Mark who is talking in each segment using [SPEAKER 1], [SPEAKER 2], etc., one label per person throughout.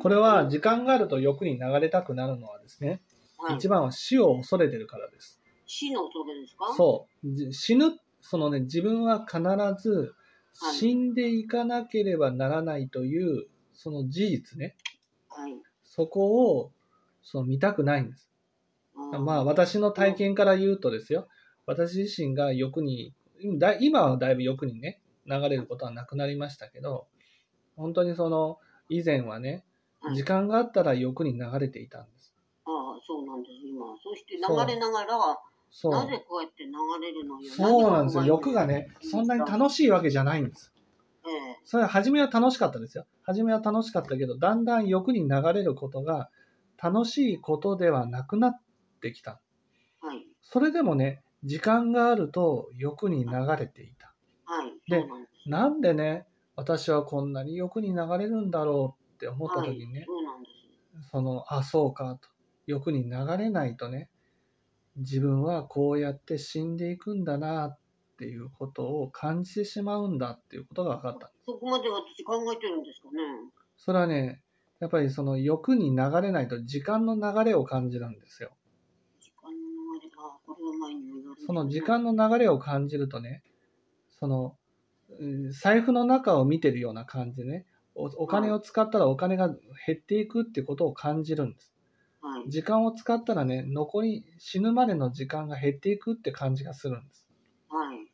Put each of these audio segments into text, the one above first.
[SPEAKER 1] これは時間があると欲に流れたくなるのはですね、
[SPEAKER 2] はい
[SPEAKER 1] 一。番は死を恐れてるからです。
[SPEAKER 2] 死の恐れですか
[SPEAKER 1] そう。じ死ぬ、そのね、自分は必ず
[SPEAKER 2] はい
[SPEAKER 1] 死んでいかなければならないという、その事実ね、
[SPEAKER 2] はい。
[SPEAKER 1] そこをその見たくないんです。まあ、
[SPEAKER 2] あ
[SPEAKER 1] 私の体験から言うとですよ、私自身が欲に、だ今はだいぶ欲にね、流れることはなくなりましたけど、本当にその、以前はね、
[SPEAKER 2] はい
[SPEAKER 1] 時間があったら欲に流れていたんです。
[SPEAKER 2] ああ、そうなんです、今。そして流
[SPEAKER 1] そう
[SPEAKER 2] れながら、
[SPEAKER 1] そう。
[SPEAKER 2] なぜこうやって流れるのよ。
[SPEAKER 1] そうなんですよ。
[SPEAKER 2] 何
[SPEAKER 1] 欲がね、そんなに楽しいわけじゃないんです。
[SPEAKER 2] ええ
[SPEAKER 1] それは初めは楽しかったですよ。初めは楽しかったけど、だんだん欲に流れることが楽しいことではなくなってきた。
[SPEAKER 2] はい。
[SPEAKER 1] それでもね、時間があると欲に流れていた。
[SPEAKER 2] はい。
[SPEAKER 1] で
[SPEAKER 2] そうなんです。
[SPEAKER 1] なんでね、私はこんなに欲に流れるんだろうって思った時に
[SPEAKER 2] はい
[SPEAKER 1] ね、
[SPEAKER 2] そうなんです。
[SPEAKER 1] その、あ、そうかと。欲に流れないとね、自分はこうやって死んでいくんだなっていうことを感じてしまうんだっていうことが分かった。
[SPEAKER 2] そこまで私考えてるんですかね。
[SPEAKER 1] それはね、やっぱりその欲に流れないと時間の流れを感じるんですよ。
[SPEAKER 2] 時間の流れが、これは前にも言われて
[SPEAKER 1] その時間の流れを感じるとね、その、うん財布の中を見てるような感じでね、おお金を使ったらお金が減っていくっていうことを感じるんです。
[SPEAKER 2] はい。
[SPEAKER 1] 時間を使ったらね、残り死ぬまでの時間が減っていくって感じがするんです。
[SPEAKER 2] はい。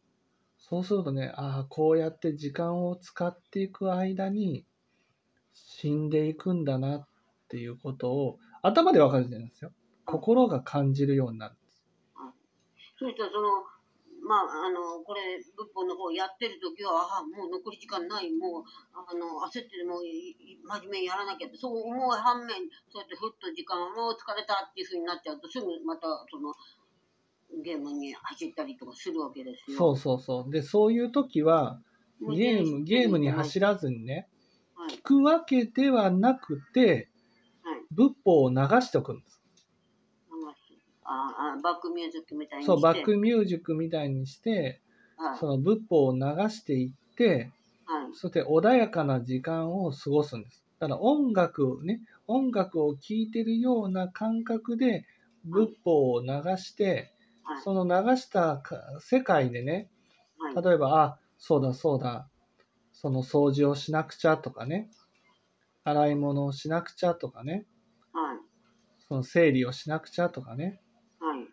[SPEAKER 1] そうするとね、ああ、こうやって時間を使っていく間に死んでいくんだなっていうことを頭でわかるじゃないですよ。心が感じるようになるんです。
[SPEAKER 2] そしたらその、まあ、あの、これ、仏法の方やってる時は、ああ、もう残り時間ない、もう、あの、焦ってる、もう、いい真面目にやらなきゃって、そう思う反面、そうやってふっと時間、もう疲れたっていうふうになっちゃうと、すぐまた、その、ゲームに走ったりとかするわけです
[SPEAKER 1] そ
[SPEAKER 2] よ。
[SPEAKER 1] うそうそう。で、そういう時は
[SPEAKER 2] もう
[SPEAKER 1] ゲーム、ゲームに走
[SPEAKER 2] る。
[SPEAKER 1] らずにね、
[SPEAKER 2] はい。
[SPEAKER 1] 聞くわけではなくて
[SPEAKER 2] はい、
[SPEAKER 1] 仏法を流しておくんです。
[SPEAKER 2] ああ、バックミュージックみたいにして。
[SPEAKER 1] そう、バックミュージックみたいにして、
[SPEAKER 2] はい。
[SPEAKER 1] その仏法を流していって、
[SPEAKER 2] はい。
[SPEAKER 1] そして穏やかな時間を過ごすんです。だから音楽をね、音楽を聴いてるような感覚で仏法を流して、
[SPEAKER 2] はい
[SPEAKER 1] その流したか世界でね、
[SPEAKER 2] はい。
[SPEAKER 1] 例えば、あ、そうだそうだ、その掃除をしなくちゃとかね、洗い物をしなくちゃとかね、
[SPEAKER 2] はい。
[SPEAKER 1] その整理をしなくちゃとかね、
[SPEAKER 2] はい。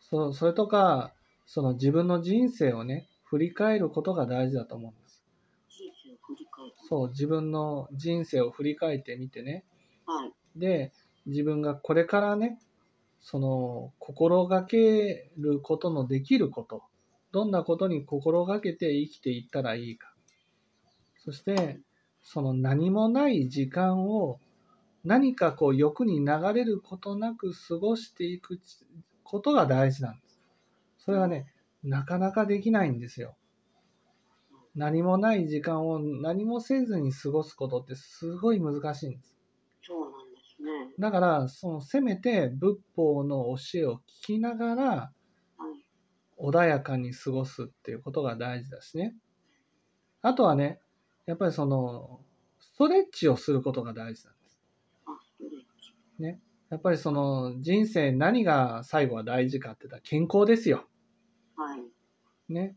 [SPEAKER 1] そそれとか、その自分の人生をね、振り返ることが大事だと思うんです。
[SPEAKER 2] 人生を振り返る。
[SPEAKER 1] そう、自分の人生を振り返ってみてね、
[SPEAKER 2] はい。
[SPEAKER 1] で自分がこれからねその心がけることのできることどんなことに心がけて生きていったらいいかそしてその何もない時間を何かこう欲に流れることなく過ごしていくちことが大事なんですそれはねなかなかできないんですよ何もない時間を何もせずに過ごすことってすごい難しいんです
[SPEAKER 2] そうなんですね。
[SPEAKER 1] だから、その、せめて仏法の教えを聞きながら、
[SPEAKER 2] はい。
[SPEAKER 1] 穏やかに過ごすっていうことが大事だしね。あとはね、やっぱりその、ストレッチをすることが大事なんです。
[SPEAKER 2] あ、ストレッチ。
[SPEAKER 1] やっぱりその、人生何が最後は大事かって言ったら健康ですよ。
[SPEAKER 2] はい。
[SPEAKER 1] ね。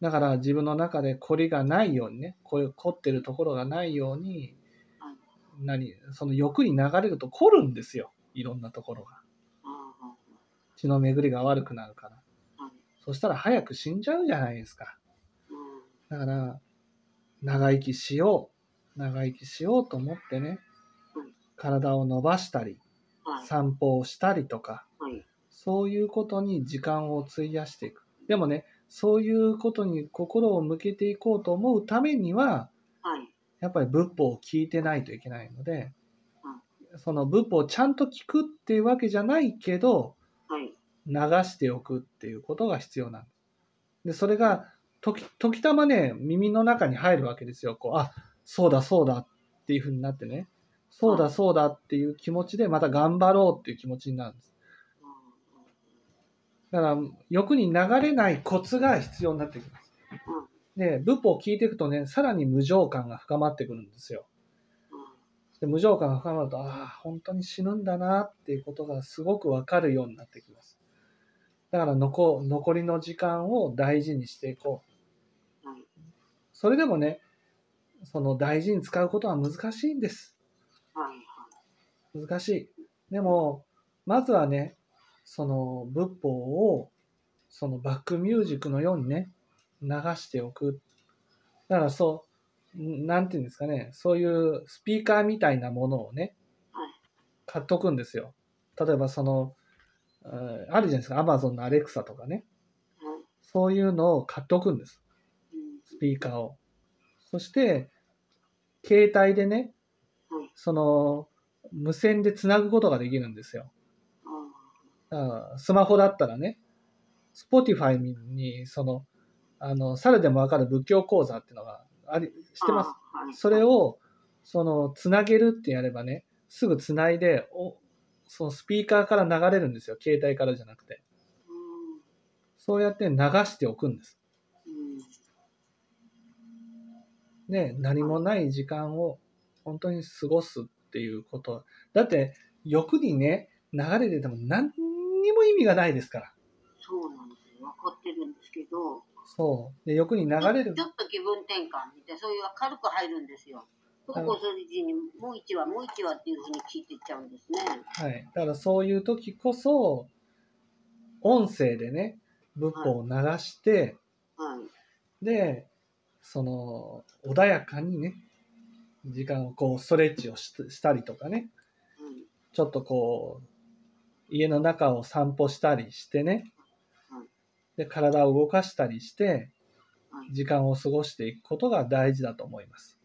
[SPEAKER 1] だから自分の中で凝りがないようにね、こういう凝ってるところがないように
[SPEAKER 2] はい、
[SPEAKER 1] 何、その欲に流れると凝るんですよ。いろんなところが。
[SPEAKER 2] ああ、
[SPEAKER 1] 血の巡りが悪くなるから。
[SPEAKER 2] はい。
[SPEAKER 1] そしたら早く死んじゃうじゃないですか。
[SPEAKER 2] うん。
[SPEAKER 1] だから、長生きしよう。長生きしようと思ってね
[SPEAKER 2] うん、
[SPEAKER 1] 体を伸ばしたり、
[SPEAKER 2] はい。
[SPEAKER 1] 散歩をしたりとか、
[SPEAKER 2] はい。
[SPEAKER 1] そういうことに時間を費やしていく。でもね、そういうことに心を向けていこうと思うためには、
[SPEAKER 2] はい。
[SPEAKER 1] やっぱり仏法を聞いてないといけないので
[SPEAKER 2] うん、
[SPEAKER 1] その仏法をちゃんと聞くっていうわけじゃないけど、
[SPEAKER 2] はい。
[SPEAKER 1] 流しておくっていうことが必要なんです。で、それが、時、時たまね、耳の中に入るわけですよ。こう、あ、そうだそうだっていうふうになってね、そうだそうだっていう気持ちでまた頑張ろうっていう気持ちになるんです。だから、欲に流れないコツが必要になってきます。で、仏法を聞いていくとね、さらに無常感が深まってくるんですよ。
[SPEAKER 2] うん。うん。
[SPEAKER 1] で無常感が深まると、ああ、本当に死ぬんだなっていうことがすごくわかるようになってきます。だから残残りの時間を大事にしていこう。
[SPEAKER 2] はい。
[SPEAKER 1] それでもね、その大事に使うことは難しいんです。
[SPEAKER 2] はい。
[SPEAKER 1] 難しい。でも、まずはね、その仏法を、そのバックミュージックのようにね、流しておく。だからそう、んなんていうんですかね、そういうスピーカーみたいなものをね
[SPEAKER 2] はい、
[SPEAKER 1] 買っとくんですよ。例えばその、うんあるじゃないですか、アマゾンのアレクサとかね、
[SPEAKER 2] はい。
[SPEAKER 1] そういうのを買っとくんです。
[SPEAKER 2] うん。
[SPEAKER 1] スピーカーを。そして、携帯でね
[SPEAKER 2] はい、
[SPEAKER 1] その、無線でつなぐことができるんですよ。
[SPEAKER 2] あ
[SPEAKER 1] だからスマホだったらね、Spotify に、その、あの、猿でもわかる仏教講座っていうのがあり、
[SPEAKER 2] ー
[SPEAKER 1] してます。
[SPEAKER 2] あーはい
[SPEAKER 1] それを、その、つなげるってやればね、すぐつないで、おそのスピーカーから流れるんですよ。携帯からじゃなくて。
[SPEAKER 2] うん
[SPEAKER 1] そうやって流しておくんです。
[SPEAKER 2] うん
[SPEAKER 1] ね、何もない時間を本当に過ごすっていうこと。だって、欲にね、流れてても何にも意味がないですから。
[SPEAKER 2] そうなんですよ。分かってるんですけど、
[SPEAKER 1] そう。で、欲に流れる
[SPEAKER 2] ち。ょっと気分転換みたいな、そういう軽く入るんですよ。そうこうするうちに、もう一話、もう一話っていうふうに聞いていっちゃうんですね。
[SPEAKER 1] はい。だからそういう時こそ、音声でね、仏法を流して、
[SPEAKER 2] はい。
[SPEAKER 1] で、その、穏やかにね、時間をこう、ストレッチをししたりとかね、
[SPEAKER 2] うん
[SPEAKER 1] ちょっとこう、家の中を散歩したりしてね
[SPEAKER 2] はい、
[SPEAKER 1] で、体を動かしたりして
[SPEAKER 2] は、い
[SPEAKER 1] 時間を過ごしていくことが大事だと思います。